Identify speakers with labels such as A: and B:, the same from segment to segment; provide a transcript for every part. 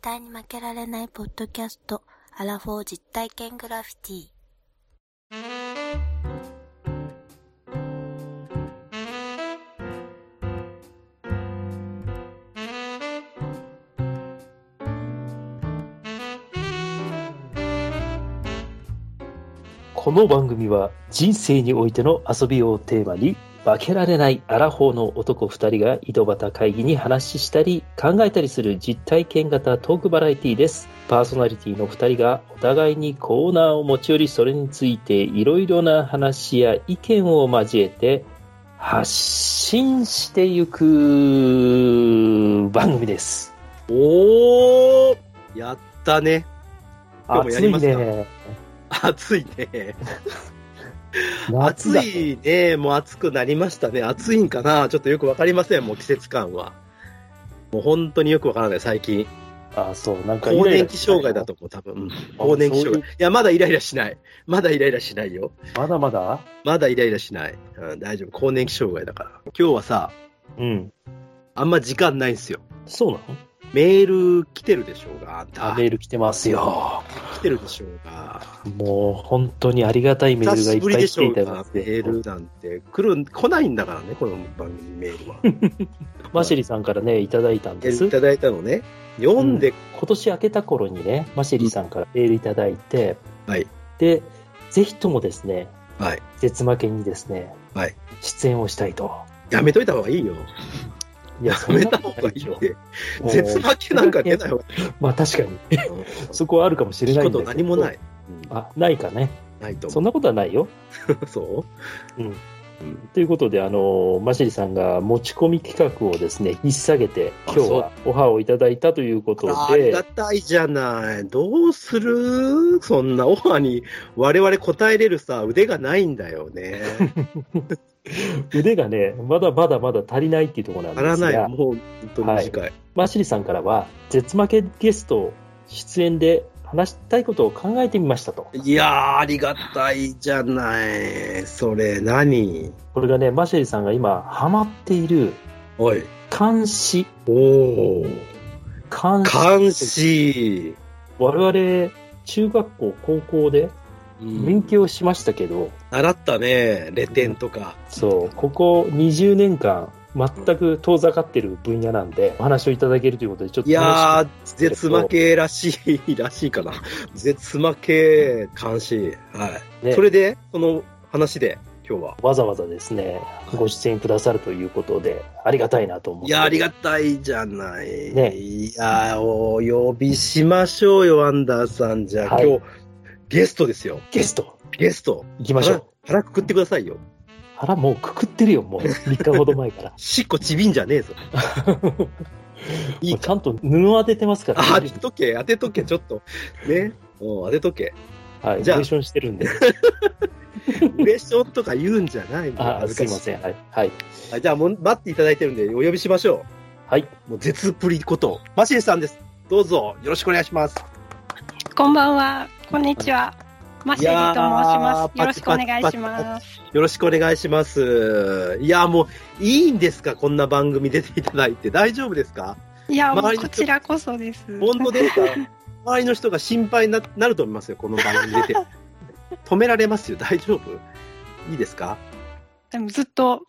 A: 対に負けられないポッドキャスト、アラフォー実体験グラフィティ。
B: この番組は人生においての遊びをテーマに負けられないアラフォーの男2人が井戸端会議に話したり考えたりする実体験型トークバラエティですパーソナリティの2人がお互いにコーナーを持ち寄りそれについていろいろな話や意見を交えて発信していく番組です
C: おーやったね。今
B: 暑い
C: 日もやりますか
B: ね
C: 暑いね。
B: 夏
C: 暑
B: だ
C: いね。もう暑くなりましたね。暑いんかなちょっとよくわかりません。もう季節感は。もう本当によくわからない、最近。
B: あそうなんか
C: 更年期障害だと思う、多分。うん更年期障害。いや、まだイライラしない。まだイライラしないよ。
B: まだまだ
C: まだイライラしない。うん、大丈夫。更年期障害だから。今日はさ、
B: うん。
C: あんま時間ないんすよ。
B: そうなの
C: メール来てるでしょうが、あんた。
B: あ、メール来てますよ。
C: 来てるでしょうが。
B: もう本当にありがたいメー
C: 久
B: ルがい
C: し
B: っ
C: ぶ
B: ぱ
C: り
B: い
C: で
B: 来
C: してょ
B: いうた
C: か、メールなんて来る、来ないんだからね、この番組メールは。
B: マシリさんからね、いただいたんで
C: メー
B: す。
C: ルいただいたのね、読んで、
B: 今年明けた頃にね、マシリさんからメールいただいて、
C: はい
B: で、ぜひともですね、
C: はい
B: 絶負けにですね、
C: はい
B: 出演をしたいと。
C: やめといた方がいいよ。
B: い や、
C: やめた方がいい
B: よ
C: っ。て。 絶負けなんか出ない方がいい。
B: まあ確かに、そこはあるかもしれ
C: 聞
B: な
C: く
B: い
C: こ
B: んだ
C: と
B: けど。。
C: 何もないい。
B: あ、ないかね。
C: ないと
B: そん
C: 思
B: なことはないよ。
C: う。そう
B: ということで、あの、マシリさんが持ち込み企画をですね、引っ提げて、今日はオファーをいただいたということ
C: あありが
B: で、
C: たいじゃない。どうするそんなオファーに我々答えれるさ、腕がないんだよ ね。
B: 腕がね、まだまだまだ足りないっていうところなん
C: 足ら
B: ですが、
C: ない。もう本当に短い。
B: マシリさんからは、絶負けゲスト出演で話したいことを考えてみましたと。
C: いやー、ありがたいじゃない。それ何、
B: これがね、マシリさんが今、ハマっている
C: おい。
B: 監視。
C: おお。
B: 監視。
C: 監視。
B: 我々、中学校、高校で勉強しましたけど、
C: 習ったね、レテンとか。
B: そう、ここ20年間、全く遠ざかってる分野なんで、お話をいただけるということで、ちょっと
C: いやー、絶負けらしい、らしいかな。絶負け監視。はい。
B: ね
C: それで、その話で、今日は。
B: わざわざですね、ご出演くださるということで、ありがたいなと思って。
C: いやー、ありがたいじゃない。
B: ね
C: いやー、お呼びしましょうよ、アンダーさん。じゃあ、
B: はい
C: 今日、ゲストですよ。
B: ゲスト、
C: ゲスト。
B: 行きましょ
C: 腹
B: う。、
C: 腹くくってくださいよ。
B: 腹もうくくってるよ、もう。3日ほど前 から。
C: しっこちびんじゃねえぞ。いい
B: もうちゃんと布当ててますから、
C: あ当てとけ、当てとけ、ちょっと。ね。うん、当てとけ。
B: はい、
C: じゃあ
B: レーションしてるん で。
C: プレッションとか言うんじゃないもん
B: あ、
C: 恥ず
B: す
C: か
B: い
C: し
B: ません。はい。はい。
C: はいじゃあもう待っていただいてるんで、お呼びしましょ
B: はい。
C: う。もう絶プリこと、マシンさんです。どうぞ、よろしくお願いします。
D: こんばんは。こんにちは。マシェリと申しま
C: い
D: す。
C: やー
D: よろしくお願いし
C: パチパ
D: ます。
C: よろしくお願いします。いや、もう、いいんですかこんな番組出ていただいて。大丈夫ですか
D: いや、も
C: 周
D: う
C: りの
D: こちらこそです。
C: 本 当ですか周りの人が心配にななると思いますよ、この番組出て。止められますよ、大丈夫いいですか
D: でもずっと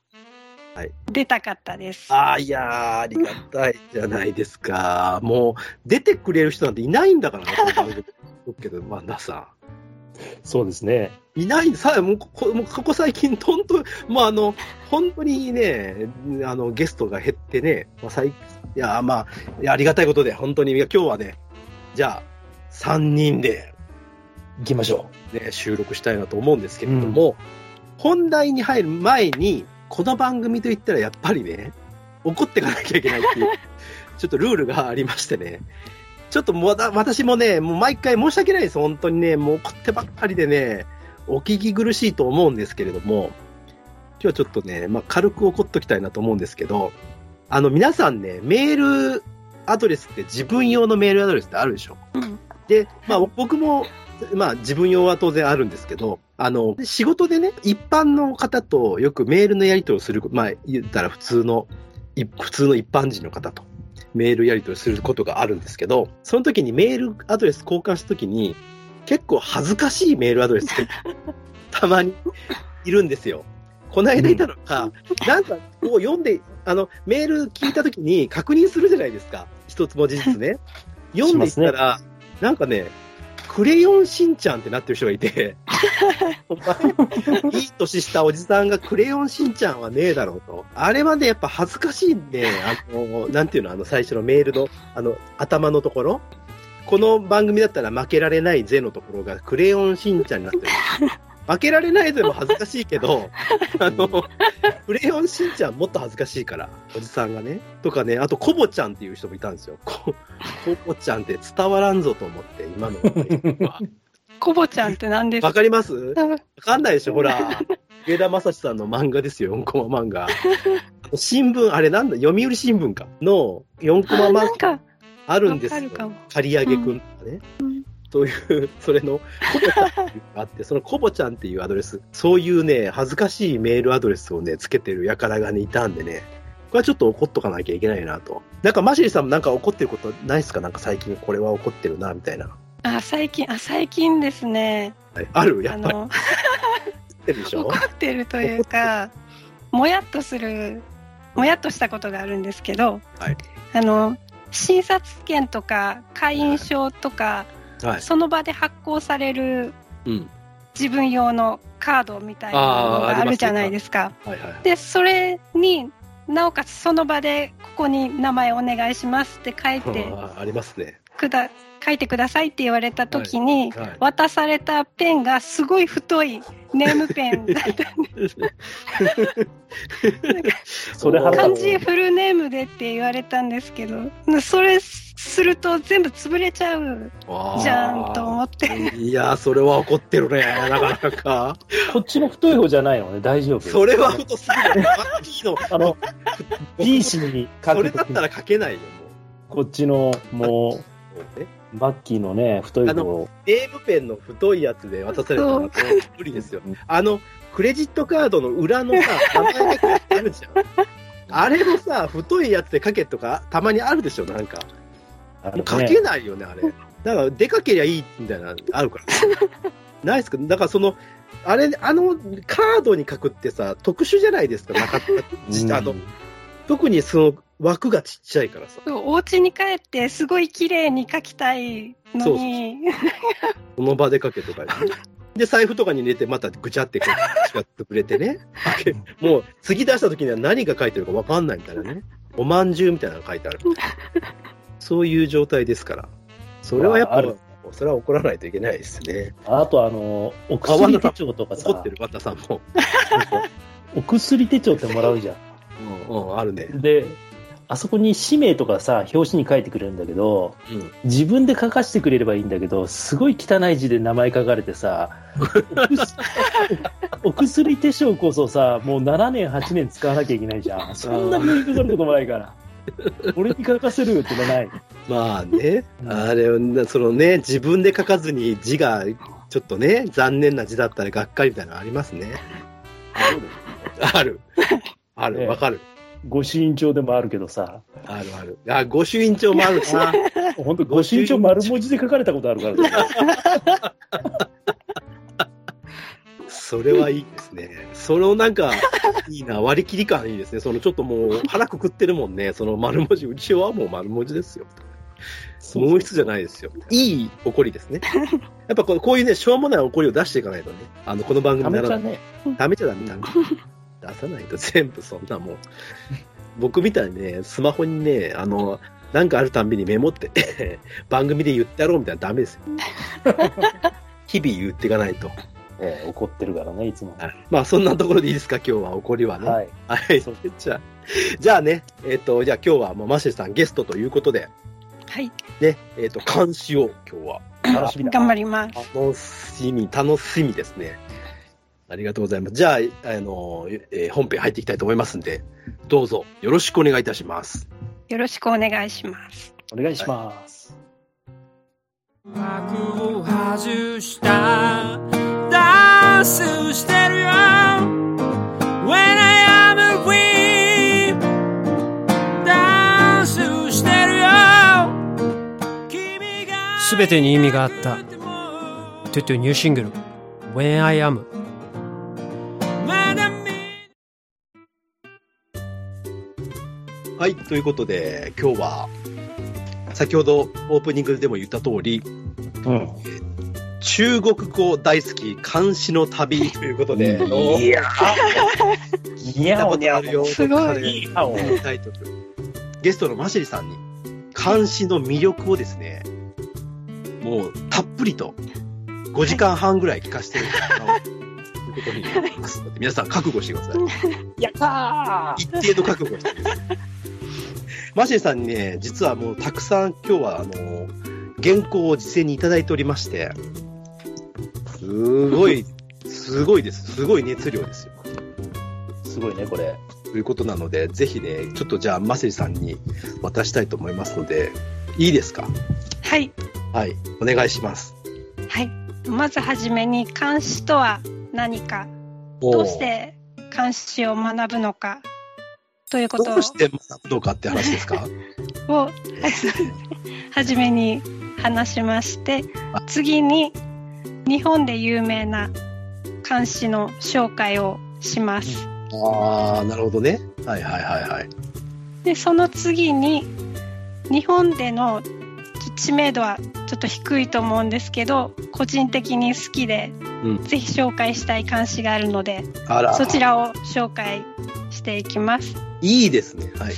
C: はい
D: 出たかったです。
C: ああ、いやー、ありがたいじゃないですか。もう、出てくれる人なんていないんだからね、この番組。僕けど、マンダさ
B: そうですね。
C: ん。いない、さあ、もう、ここもうここ最近、本当もうあの、本当にね、あの、ゲストが減ってね、まあ、最いや、まあ、いやありがたいことで、本当に、いや今日はね、じゃあ、3人で、
B: 行きましょ
C: ね、収録したいなと思うんですけれども、本題に入る前に、この番組といったらやっぱりね、怒ってかなきゃいけないっていう、ちょっとルールがありましてね、ちょっともうだ私もね、もう毎回申し訳ないです、本当にね、もう怒ってばっかりでね、お聞き苦しいと思うんですけれども、今日はちょっとね、まあ、軽く怒っときたいなと思うんですけど、あの皆さんね、メールアドレスって自分用のメールアドレスってあるでしょ
D: うん
C: で、まあ、僕も、まあ、自分用は当然あるんですけど、あの、仕事でね、一般の方とよくメールのやり取りをする、まあ、言ったら普通の、い普通の一般人の方と。メールやり取りすることがあるんですけど、その時にメールアドレス交換した時に、結構恥ずかしいメールアドレスがたまにいるんですよ。この間いたのが、なんかこう読んで、あの、メール聞いた時に確認するじゃないですか。一つも事実ね。読んでいったら、なんかね、クレヨンしんちゃんってなってる人がいて、 お前、いい年したおじさんがクレヨンしんちゃんはねえだろうと。あれはね、やっぱ恥ずかしいんで、あの、なんていうの、あの、最初のメールの、あの、頭のところ。この番組だったら負けられないぜのところがクレヨンしんちゃんになってる。負けられないぜも恥ずかしいけど、あの、クレヨンしんちゃんもっと恥ずかしいから、おじさんがね。とかね、あとコボちゃんっていう人もいたんですよ。ココボちゃんって伝わらんぞと思って、今のは。
D: コボちゃんって何です
C: わ
D: か
C: かりますわ
D: 多分
C: かんないでしょ、ほ ら。上田正史さんの漫画ですよ、4コマ漫画。新聞、あれなんだ、読売新聞か。の4コマ
D: あ
C: 漫
D: なんか、
C: 画あるんですよ
D: わかるかも。
C: 刈り上げくんとかね。という、それの、コボちゃんっていうのがあって、そのコボちゃんっていうアドレス、そういうね、恥ずかしいメールアドレスをね、つけてる輩がね、いたんでね、これはちょっと怒っとかなきゃいけないなと。なんか、マシリさんもなんか怒ってることないですかなんか最近これは怒ってるな、みたいな。
D: あ、最近、あ、最近ですね。
C: はいあるや
D: あ
C: っぱり
D: の、
C: 怒ってるでしょ
D: 怒ってるというか、もやっとする、もやっとしたことがあるんですけど、
C: はい
D: あの、診察券とか会員証とか、
C: はい。
D: その場で発行される
C: うん。
D: 自分用のカードみたいなの
C: あー
D: が
C: あ
D: あ
C: りますね
D: るじゃないですか。
C: はいはいはい。
D: でそれになおかつその場でここに名前お願いしますって書いて
C: あーありますね。
D: くだ書いてくださいって言われた時に、
C: はい。
D: 渡されたペンがすごい太いネームペン だったんで
B: それ腹
D: 漢
B: 立つ
D: 字フルネームでって言われたんですけどそれすると全部潰れちゃうじゃんと思って
C: いやー、それは怒ってるね、なかなか。
B: こっちの太い方じゃないのね、大丈夫。
C: それは太すぎる。マッキーの
B: あ の、B 紙に書
C: そ
B: く
C: れだ
B: とき
C: ったら書けないよ、
B: こっちの、も
C: もう。ね
B: う、バッキーのね、太い方、
C: ネームペンの太いやつで渡されたらもう無理ですよ。あの、クレジットカードの裏のさ、名前が書いてあるじゃん。あれもさ、太いやつで書けとか、たまにあるでしょ、なんか。
B: あのね
C: 書けないよね、あれ。だから、出かけりゃいいみたいなのあるから。 ないですかだから、その、あれ、あの、カードに書くってさ、特殊じゃないですか、なかった。
B: うん
C: あの、特にその枠がちっちゃいからさ、
D: お家に帰ってすごい綺麗に書きたいのに
C: その場で書けとか ね。で、財布とかに入れて、またぐちゃってこう、違ってくれてね。もう、次出した時には何が書いてるか分かんないみたいなね。おまんじゅうみたいなのが書いてある。そういう状態ですから。それはやっ
B: あ
C: ぱ
B: る、
C: それは怒らないといけないですね。
B: あとあの、お薬手帳とか
C: 怒
B: さ
C: って、る、バッタさんも。
B: お薬手帳ってもらうじゃん。
C: うん、うん、あるね。
B: で、あそこに氏名とかさ、表紙に書いてくれるんだけど、
C: うん。
B: 自分で書かせてくれればいいんだけど、すごい汚い字で名前書かれて さ、お薬お薬手帳こそさ、もう7年、8年使わなきゃいけないじゃん。そんな病院かかることもないから。俺に書かせるよってのない。
C: まあね、あれをな、そのね、自分で書かずに字が、ちょっとね、残念な字だったらがっかりみたいなのありますね。ある。あ
B: ええ
C: る、わかる。
B: ご身長でもあるけどさ、
C: あるある。あ、御朱印帳もあるな。
B: 本当ご身長丸文字で書かれたことあるからね。
C: それはいいですね。そのなんか、いいな、割り切り感いいですね。そのちょっともう腹くくってるもんね。その丸文字、うちはもう丸文字ですよ。毛筆じゃないですよ。いい怒りですね。やっぱこうこういうね、しょうもない怒りを出していかないとね、あの、この番組
B: ため
C: なら
B: ち
C: な
B: ゃ
C: い
B: ね。
C: ダメじゃダメダメ。出さないと全部そんなもう。僕みたいにね、スマホにね、あの、なんかあるたんびにメモって、 番組で言ってやろうみたいなのダ メですよ。日々言っていかないと。
B: ええ怒ってるからね、いつも。
C: まあそんなところでいいですか、今日は怒りはね。は。
B: はいい。そう
C: じゃあ、じゃあね、えっ、と、じゃあ今日はもうマシュさんゲストということで、
D: はい
C: ね、えっ、と、監視を今日は。
B: 楽しみだ
D: 頑。張ります。
C: 楽しみ、楽しみですね。ありがとうございます。じゃあ、あの、えー本編入っていきたいと思いますんで、どうぞよろしくお願いいたします。
D: よろしくお願いします。
B: お願いします。
E: 幕を外したダンスしてるよ When I am free ダンスしてるすべてに意味があったトゥトゥニューシングル「When I Am」
C: はい、ということで、今日は、先ほどオープニングでも言った通り、
B: うん。
C: 中国語大好き、監視の旅ということで、
B: いやー。い
C: 聞いた
B: や
C: こ
B: お
C: と
B: に
C: あ
B: ゃ
C: るよ
B: お。
D: すごい
C: とかある
B: いやお。
C: タイトル。ゲストのマシリさんに、監視の魅力をですね、もうたっぷりと5時間半ぐらい聞かせてるということになりますので、皆さん覚悟してください。
B: やった
C: 一定の覚悟をしてください。マシリさんにね、実はもうたくさん今日はあの、原稿を事前にいただいておりまして、すごい、すごいです。すごい熱量ですよ。
B: ー。すごいね、これ。
C: ということなので、ぜひね、ちょっとじゃあ、マセリさんに渡したいと思いますので、いいですか
D: はい。
C: はい、お願いします。
D: はい。まずはじめに、監視とは何か、どうして監視を学ぶのか、というこ
C: おー
D: と
C: どうして学ぶのかって話です か
D: を、はじめに話しまして
C: あ、
D: 次に、日本で有名な監視の紹介をします。
C: ああ、なるほどね。はいはいはいはい。
D: でその次に日本での知名度はちょっと低いと思うんですけど個人的に好きで、
C: うん
D: ぜひ紹介したい監視があるので
C: あら、
D: そちらを紹介していきます。
C: いいですね。 はい。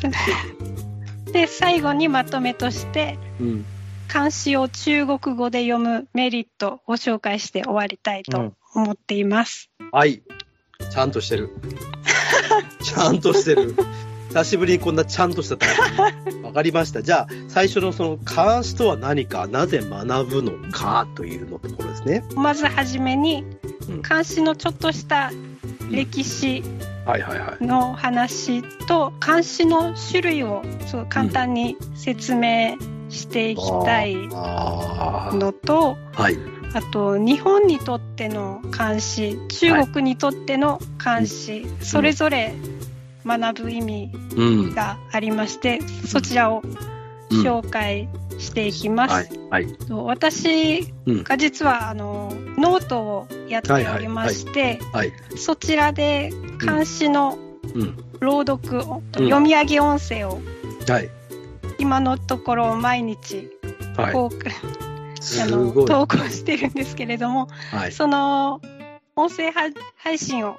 D: で最後にまとめとして
C: うん、
D: 漢詩を中国語で読むメリットを紹介して終わりたいと思っています。
C: はい。ちゃんとしてる。ちゃんとしてる。久しぶりにこんなちゃんとしたタイプ。わかりました。じゃあ、最初のその、監視とは何か、なぜ学ぶのかというのところですね。
D: まずはじめに
C: うん
D: 漢詩のちょっとした歴史
C: はいはいはい。
D: の話と監視の種類をすごい簡単に説明していきたい
C: あ
D: のと、
C: あ。はい。
D: あと日本にとっての監視中国にとっての監視、それぞれ学ぶ意味
C: うん。
D: がありまして、そちらを紹介していきます。
C: はい。はい。
D: と私
C: うん
D: が実はあのノートをやっておりまして、
C: はい。
D: そちらで監視の
C: うん。
D: 朗読、読み上げ音声を
C: はい。
D: 今のところ毎日
C: は
D: 公開、
C: い。
D: あ
C: す
D: の
C: ごい。は
D: 投稿してるんですけれども、
C: い。
D: その音声は配信
C: う
D: を、
C: ん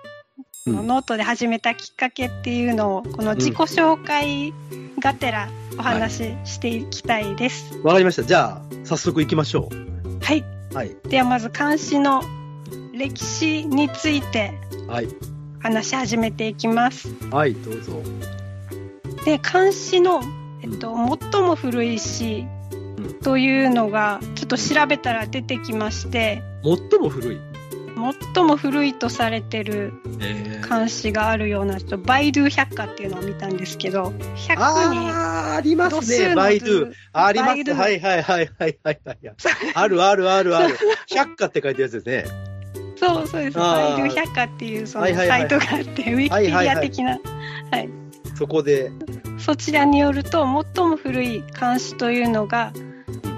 D: ノートで始めたきっかけっていうのをこの自己紹介がてらお話ししていきたいです。
C: わかりました。じゃあ、早速行きましょ
D: はい、
C: う。はい。
D: ではまず監視の歴史について
C: はい。
D: 話し始めていきます。
C: はい、どうぞ。
D: で漢詩の、えっと、最も古い詩
C: ん
D: というのがちょっと調べたら出てきまして
C: 最も古い。
D: 最も古いとされてる
C: えー、
D: 漢詩があるようなちょっとバイドゥ百科っていうのを見たんですけど100に
C: ああー、ありま
D: 度
C: す
D: 数
C: ね。
D: の
C: バイドゥ。ありま
D: バイド
C: す。
D: ゥ
C: はいはいはいはいはいはい。あるあるある ある。百科って書いてるやつですね。
D: そうそうです
C: あー
D: バイドゥ百科っていうその
C: はいはいは
D: サ
C: い
D: イトがあってウィキペディア的なはい
C: そこで。
D: そちらによると最も古い漢詩というのが、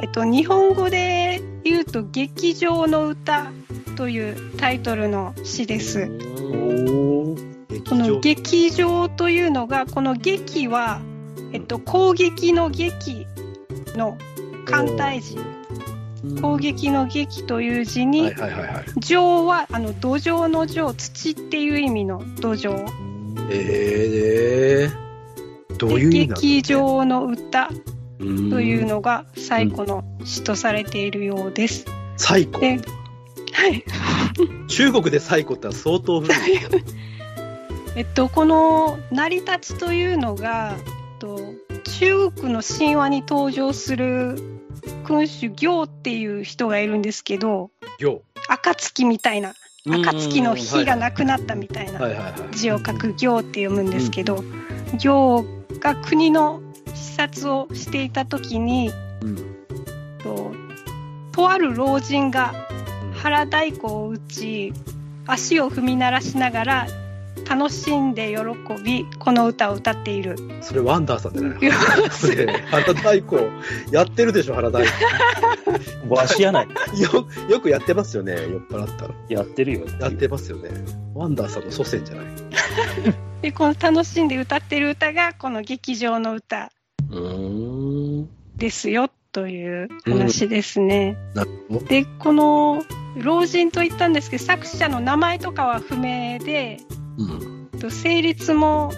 D: えっと、日本語で言うと「劇場の歌」というタイトルの詩です。
C: おお。劇
D: この
C: 場。
D: 劇場というのがこの劇は、えっと、攻撃の劇の艦隊字攻撃の劇という字に、
C: はいはいはいはい。
D: 上はあの土壌の上土っていう意味の土壌
C: えー、どういう意味なの
D: 劇場の歌
C: と
D: とい
C: いう
D: のが最古の詩とされているようです。
C: 最古。
D: ではい、
C: 中国で最古って相当古い。
D: えっとこの成り立ちというのが、えっと、中国の神話に登場する君主行っていう人がいるんですけど
C: よ
D: 暁みたいな
C: う
D: 暁の火がなくなったみたいな
C: はいはいはいはい。
D: 字を書く行って読むんですけど、行が国の視察をしていた時に、
C: うん
D: ととある老人が腹太鼓を打ち足を踏み鳴らしながら楽しんで喜びこの歌を歌っている
C: それワンダーさんじゃない
D: いや
C: それ原太鼓やってるでしょ原太
B: わしやない。
C: 鼓よよくやってますよね酔っ払ったら
B: やってるよ。
C: やってますよねワンダーさんの祖先じゃない
D: でこの楽しんで歌ってる歌がこの劇場の歌
C: うん
D: ですよという話ですね。
C: なるほど
D: でこの老人と言ったんですけど作者の名前とかは不明で
C: うん
D: えっと成立も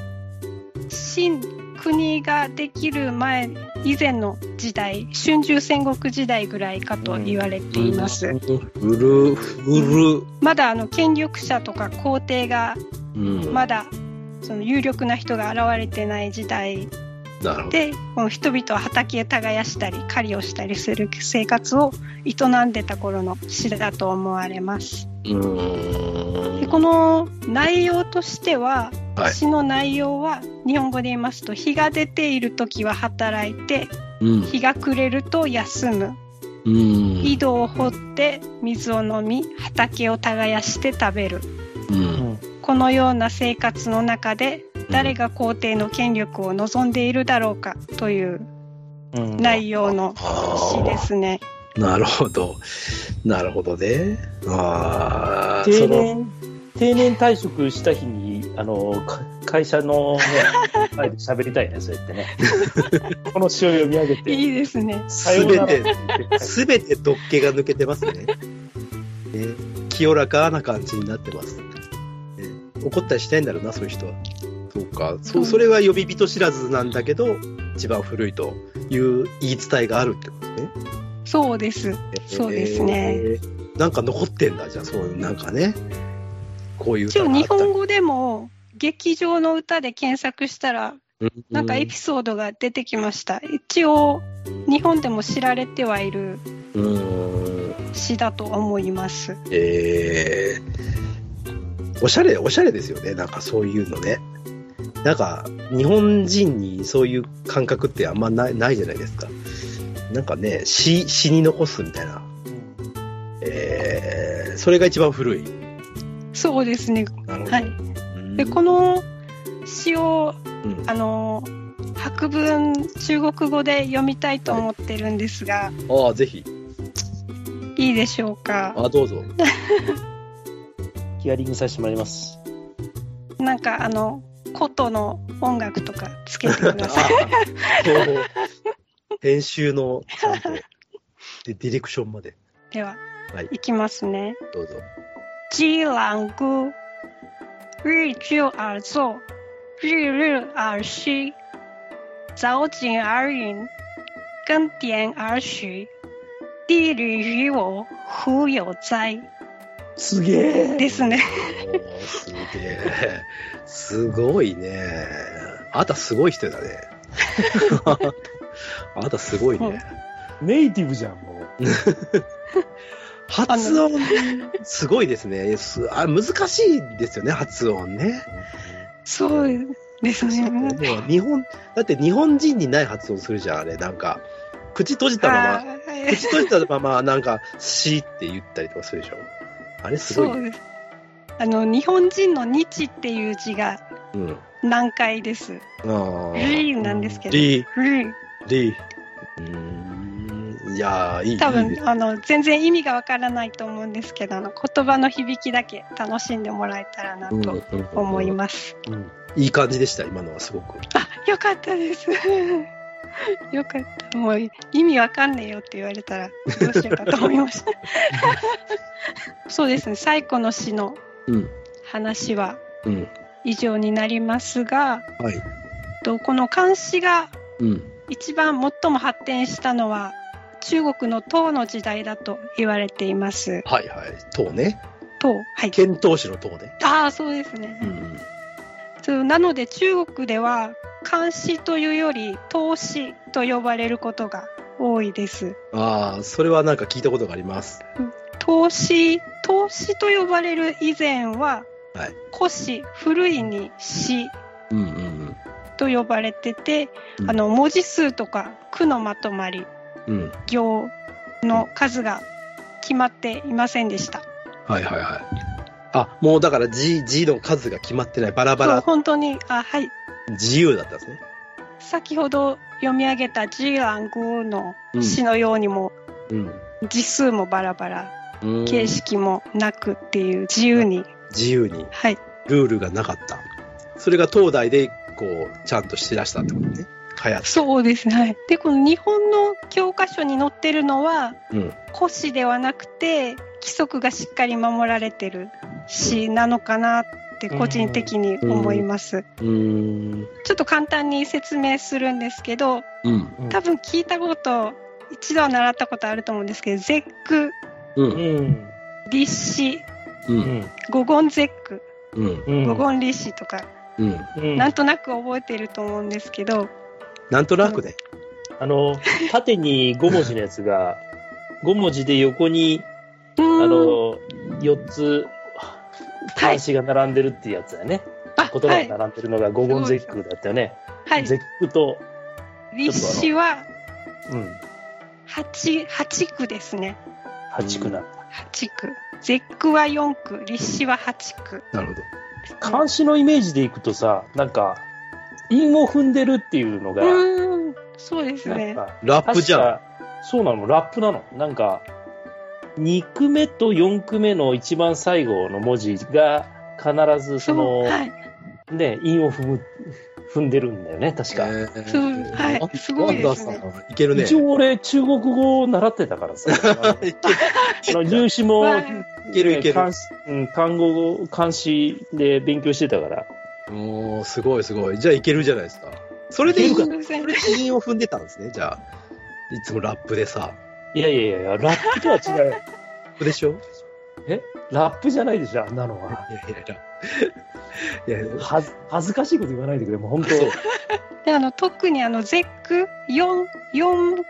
D: 新国ができる前以前の時代春秋戦国時代ぐらいかと言われています、
C: 古古
D: まだあの権力者とか皇帝が
C: うん
D: まだその有力な人が現れてない時代
C: なるほど
D: でこの人々は畑へ耕したり狩りをしたりする生活を営んでた頃の詩だと思われます。
C: うん
D: でこの内容としては、
C: はい
D: 詩の内容は日本語で言いますと日が出ている時は働いて
C: うん
D: 日が暮れると休む
C: うん
D: 井戸を掘って水を飲み畑を耕して食べる
C: うん
D: このような生活の中で誰が皇帝の権力を望んでいるだろうかという
B: うん
D: 内容の詩ですね。
C: なるほど。なるほどね。ああ、
B: 定
C: その、
B: 年、定年退職した日に、あの、か会社 のね、前で喋りたいね、そうやってね。 この詩を読み上げて。
D: いいですね。
B: さ
C: す
B: よう
C: べ
B: なら
C: て、すべて毒気が抜けてますね。ね清らかな感じになってます、ね怒ったりしないんだろうな、そういう人は。そうか。そうそれは呼び人知らずなんだけど、一番古いという言い伝えがあるってことね。
D: そうです。そうですね
C: えーなんか残ってんだ、じゃあ、そういう、なんかね。こういう
D: 一
C: 歌
D: 応
C: があっ
D: 日
C: たり。
D: 本語でも劇場の歌で検索したらなんかエピソードが出てきました。一応日本でも知られてはいる
C: うん
D: 詩だと思います。
C: えーおしゃれ、おしゃれですよね。なんかそういうのね。なんか、日本人にそういう感覚ってあんまないないじゃないですか。なんかね、詩、詩に残すみたいな。えーそれが一番古い。
D: そうですね。
C: なるほど。
D: はい。
C: うん
D: でこ、の詩を
C: うん
D: あの博文中国語で読みたいと思ってるんですが、
C: ああ、ぜひ。
D: い、いでしょうか。
C: ああ、どう ぞ。
B: ヒアリングさせてもらいます。
D: なんかあの琴の音楽とかつけてく ださい。
C: そう編集の、ちゃんと。で、ディレクションまで。
D: では、
C: はい
D: い、きますね。
C: どうぞ。
D: 基朗姑，日就而作，日日而息，早景而饮，更点而许。地理于我，忽有哉？
B: すげえ。
D: ですね。
C: おーすげえ。すごいね。あなたすごい人だね。 あなたすごいね。
B: ネイティブじゃん、もう。
C: 発音、すごいですね。すあ難しいですよね、発音ね。
D: そうですね。
C: でも日本、だって日本人にない発音するじゃん、あれ。なんか、口閉じたまま、
D: はい
C: 口閉じたまま、なんか、しって言ったりとかするでしょ。あれすごい
D: そう
C: ね。
D: です。あの日本人の日っていう字が
C: うん。
D: 難解です。
C: あー。
D: リーなんですけど。
C: リー、
D: リー
C: リー。うーん。いやー、いい。
D: 多
C: いい
D: 分
C: です
D: あの全然意味がわからないと思うんですけどあの言葉の響きだけ楽しんでもらえたらなと思います、
B: うん
C: いい感じでした、今のはすごく。
D: よかったです よかったもう意味わかんねえよって言われたらどうしようかと思いましたそうですね最古の詩の
C: うん。
D: 話は
C: うん。
D: 以上になりますが
C: はい。
D: とこの漢詩が
C: うん。
D: 一番最も発展したのは中国の唐の時代だと言われています
C: はいはい。党ね。
D: 唐はい
C: 遣唐使の党ね。
D: ああそうですね、
C: ん。
D: そうなので中国では監視というより投資と呼ばれることが多いです。
C: ああ、それはなんか聞いたことがあります。
D: 投資投資と呼ばれる以前は
C: はい
D: 古詩古いに詩
C: うんうん
D: と呼ばれてて、
C: うん
D: あの文字数とか句のまとまり
C: うん。うん。
D: 行の数が決まっていませんでした。
C: はいはいはあ、もうだから字、字の数が決まってない。バラバ
D: そう
C: ラ、
D: 本当にあはい
C: 自由だったんですね。
D: 先ほど読み上げた「ジーアング」の
C: うん
D: 詩のようにも、
C: うん。
D: 字数もバラバラ
C: うん
D: 形式もなくっていう自由に、
C: 自由に、
D: はい
C: ルールがなかった。それが東大で、こう、ちゃんとしらしたってことね。流行って。
D: そうですね、はい、でこの日本の教科書に載ってるのは
C: うん。
D: 古詩ではなくて規則がしっかり守られてる詩なのかなって個人的に思います、
C: うん。
D: ちょっと簡単に説明するんですけど
C: うん。
D: 多分聞いたこと一度は習ったことあると思うんですけど絶句
C: う。
B: うんん。
D: 立詩
C: う。
B: うんん。
D: 五言絶句
C: うん。
B: うん。
D: 五言立詩とか、
C: うん。
B: うん
D: なんとなく覚えてると思うんですけど
C: なんとなくね。
B: あの、縦に5文字のやつが、5文字で横に、
D: う
B: あ
D: ーん
B: の、4つ、
D: はい
B: 端子が並んでるっていうやつだよね。
D: あ
B: 言葉
D: はい
B: が並んでるのが五言絶句だったよね。
D: はい
B: 絶句と、
D: 立詩は
B: うん、
D: 八八区ですね
B: 八句なんだ。
D: 八区絶句は四区立詩は八区
C: なるほど。
B: 漢詩のイメージでいくとさ、なんか、韻を踏んでるっていうのが、
D: うーんそうです
B: なん
D: ね
B: か、
C: ラップじゃん。
B: 確かそうなの、ラップなの。なんか、2句目と4句目の一番最後の文字が、必ずその、
D: そうはい
B: ね、韻を踏む、踏んでるんだよね、確か。
C: えー
D: そうはい
C: なん
D: すごいですね
C: なんださいけるね。
B: 一応俺、中国語を習ってたからさ、あ
C: い
B: のあの入試も、
D: はい
C: いけるいける
B: 漢詩うん、単語を、漢詩で勉強してたから。
C: けもう、すごいすごい。じゃあいけるじゃないですか。それでいいか。
D: 偶然
C: それで韻を踏んでたんですね、じゃあ。いつもラップでさ。
B: いやいやいや、ラップとは違う。
C: ラップでしょ
B: ラップじゃないでしょ、あんなのは。
C: いやいやいや。いやいや
B: はず恥ずかしいこと言わないでくれ、もう本
C: そう
B: 当。
D: であの特にあの絶句四四句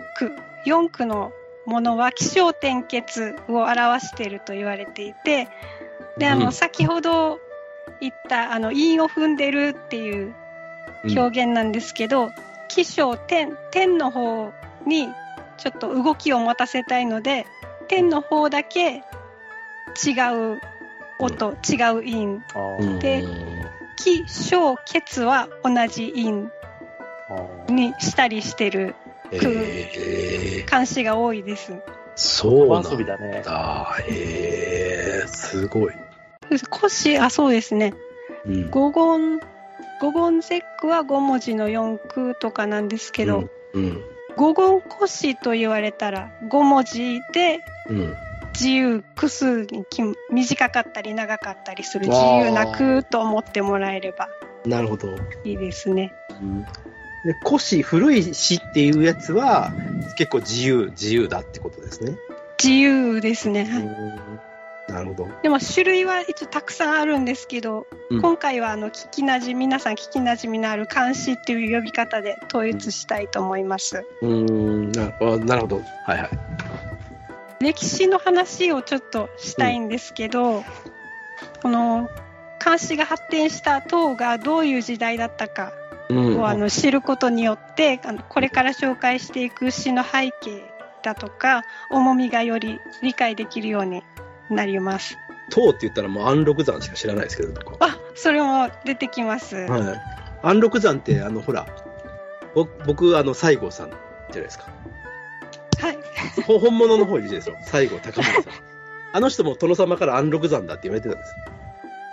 D: 四句のものは気象転結を表していると言われていてであ
C: う
D: の
C: ん
D: 先ほど言ったあの韻を踏んでるっていう表現なんですけど、起承天天の方にちょっと動きを持たせたいので天の方だけ違う音、違う韻
B: あ
C: うん
D: で起承結は同じ韻
B: ー
D: にしたりしてる
C: えー、
D: 監視が多いです。
C: そうな
B: お遊び
C: ん
B: だね。
C: だ。えー、すごい。
D: 古詩あそうですね
C: うん
D: 五言五言節句は5文字の4句とかなんですけど、
C: うん。
D: 五言古詩と言われたら5文字で
C: うん。
D: 自由句数にき短かったり長かったりする自由な句と思ってもらえれば
C: なるほど。
D: いいですね。
C: で古詩、古い詩っていうやつは、結構自由、自由だってことですね。
D: 自由ですね、はい
C: なるほど。
D: でも種類は一応たくさんあるんですけど、
C: うん
D: 今回はあの聞きなじみ皆さん聞きなじみのある監視っていう呼び方で統一したいと思います。
C: うん、なあなるほど。はいはい。
D: 歴史の話をちょっとしたいんですけど、この漢詩が発展した唐がどういう時代だったか
C: うん
D: をあの知ることによって、あのこれから紹介していく詩の背景だとか重みがより理解できるようになります。
C: 唐って言ったらもう安禄山しか知らないですけど、僕は
D: あそれも出てきます。
C: はい。安禄山って、あの、ほら、ぼ僕、あの、西郷さんじゃないですか。
D: はい
C: ほ本物の方いるですよ。 西郷隆盛さん。あの人も殿様から安禄山だって言われてたんです。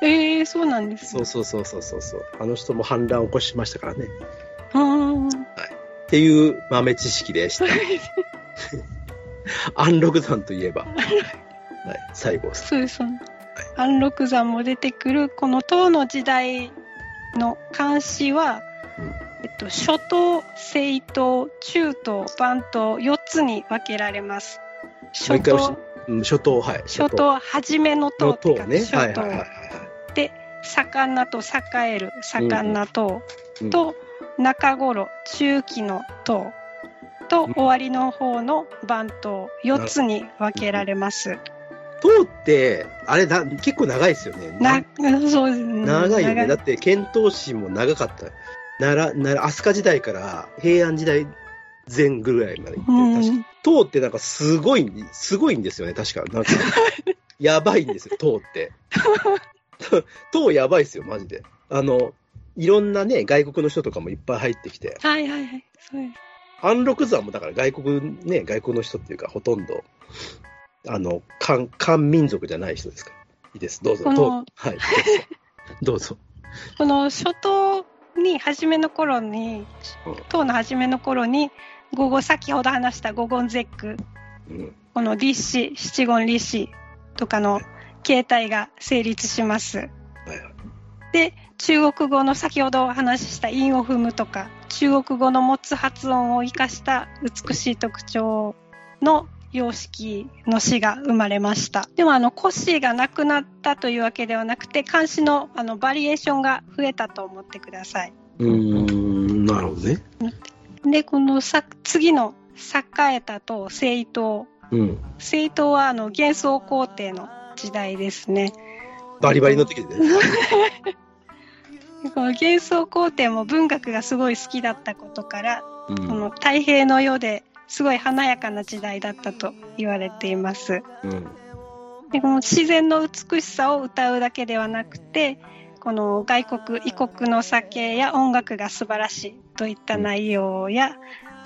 D: えー、そうなんです
C: そう
D: ね。
C: そうそうそうそうそう。あの人も反乱を起こしましたからね。っ
D: うーん
C: ていう豆知識でした。安禄山といえば、はい、西郷さん。
D: そうですそうです安禄山も出てくるこの唐の時代の漢詩は、
C: うん
D: えっと、初等西等中等番等4つに分けられます
C: もう
D: 初
C: 一回教
D: 等
C: うん初頭、はい。
D: 初等初めの
C: の
D: 等っ
C: 頭
D: て書く
C: ね。
D: 初等、
C: はいはいはいはい。
D: 魚と栄える魚と、
C: うん
D: と中頃中期の等と、終わりの方の番等4つに分けられます。
C: 唐って、あれだ、結構長いですよね。
D: な、そうですね。
C: 長いよね。だ
D: 長
C: って、遣唐使も長かった。奈良、奈良、飛鳥時代から平安時代前ぐらいまで行ってる。確か
D: うん
C: 唐ってなんかすごい、すごいんですよね、確か。なんか、やばいんですよ、糖って。 糖やばいですよ、マジで。あの、いろんなね、外国の人とかもいっぱい入ってきて、
D: はいはいはい。そうです。
C: 安禄山もだから外国、ね、外国の人っていうか、ほとんど、あの、漢、漢民族じゃない人ですから。いいです、どうぞ、
D: この
C: 糖はい、どう ぞ。
D: この初頭に初めの頃に
C: うん、
D: 唐の初めの頃に、午後先ほど話した五言絶句、
C: どうぞ。うん
D: この立志、七言立志とかの形態が成立します。
C: はいはい
D: で、中国語の先ほどお話しした韻を踏むとか、中国語の持つ発音を生かした美しい特徴の様式の詩が生まれました。でもあの古詩がなくなったというわけではなくて、漢詩のあのバリエーションが増えたと思ってください。
C: うーん、なるほどね。
D: で、このさ次の栄えたと正統。
C: うん。
D: 正統はあの幻想皇帝の時代ですね。
C: バリバリの時でね。
D: この幻想皇帝も文学がすごい好きだったことから、
C: う
D: こ
C: ん
D: の太平の世ですごい華やかな時代だったと言われています。
C: うん。
D: でこの自然の美しさを歌うだけではなくてこの外国異国の酒や音楽が素晴らしいといった内容や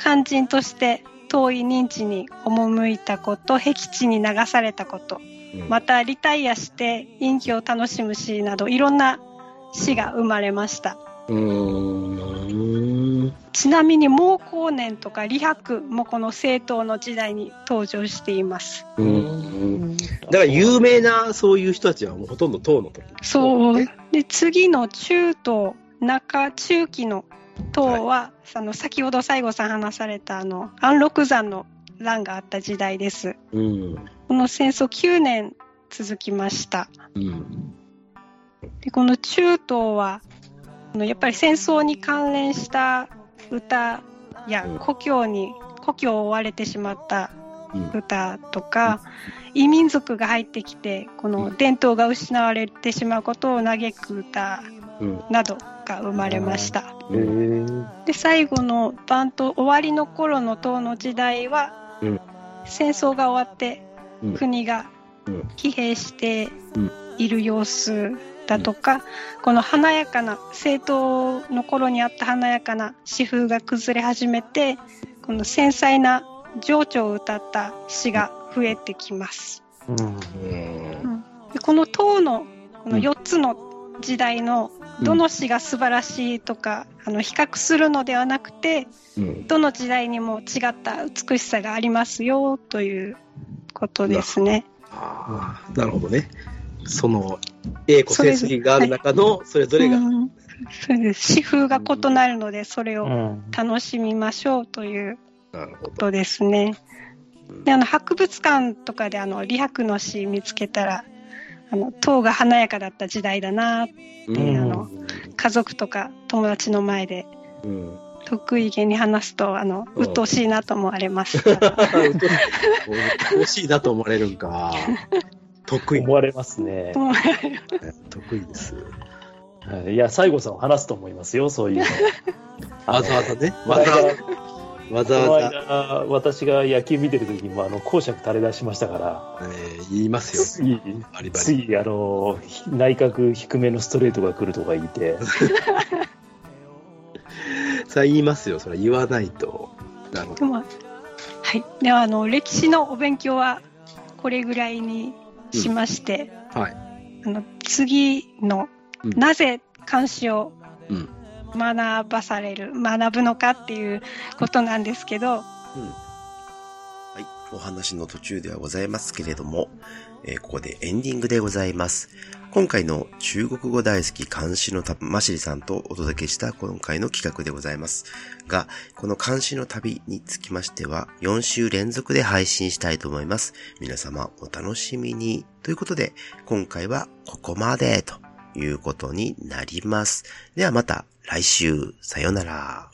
D: 肝心として遠い認知に赴いたこと僻地に流されたこと
C: うん
D: またリタイアして隠居を楽しむ詩などいろんな詩が生まれました
C: うーん。
D: ちなみに毛光年とか李白もこの政党の時代に登場しています
C: うんだから有名なそういう人たちはもうほとんど唐の時
D: そう
C: ね。
D: で、次の中東、中、中期の唐は、あの、先ほど西郷さん話された、あの、安禄山の乱があった時代です。
C: うん。
D: この戦争9年続きました。
C: うん。
D: で、この中東は、あのやっぱり戦争に関連した歌や
C: うん
D: 故郷に、故郷を追われてしまった
C: うん
D: 歌とか、異民族が入ってきて、この伝統が失われてしまうことを嘆く歌
C: うん。
D: などが生まれました。
B: へー
D: で最後の晩と終わりの頃の唐の時代は、
C: うん
D: 戦争が終わって、
C: うん
D: 国が
C: うん
D: 疲弊している様子だとか、この華やかな政党の頃にあった華やかな詩風が崩れ始めてこの繊細な情緒を歌った詩が増えてきます。
B: うん
C: うん
D: でこの唐のこの4つの時代のどの詩が素晴らしいとか、あの比較するのではなくて
C: うん。
D: どの時代にも違った美しさがありますよということですね。
C: ああ、なるほどね。その、栄枯盛衰がある中の、それぞれが。
D: うんそうです詩風が異なるのでそれ
B: う
D: を
B: ん
D: 楽しみましょうという
C: なるほ
D: ことですね。であの博物館とかであの李白の詩見つけたらあの唐が華やかだった時代だな
C: ど。
B: うん
D: あの家族とか友達の前で
C: うん。
D: 得意げに話すとあの
C: うん
D: 鬱陶しいなと思われます から
C: 欲しいなと思われるんか。得意。
B: 思われますね。
D: もう
C: 得意です。
B: はいいや、西郷さんを話すと思いますよ、そういうの。
C: わざわざね。
B: この
C: わざ
B: 間こ
C: わざ。わざ
B: の
C: わざ。
B: 間、私が野球見てる時も、あの、公爵垂れ出しましたから、
C: えー言います
B: つ
C: よ。
B: い、
C: バリバ
B: つ
C: リ。
B: い、あの、ひ内角低めのストレートが来るとか言って、
C: さあ言いますよ。それは言わないと。なるほ
D: で
C: ど。
D: もはいではあの歴史のお勉強はこれぐらいにしまして、
C: はい。
D: あの次の、
C: うん
D: なぜ監視を
C: うん
D: 学ばされる学ぶのかっていうことなんですけど
F: はい。お話の途中ではございますけれども、えーここでエンディングでございます。今回の中国語大好き監視のたましりさんとお届けした今回の企画でございますが、この監視の旅につきましては、4週連続で配信したいと思います。皆様お楽しみに。ということで、今回はここまでということになります。ではまた来週、さようなら。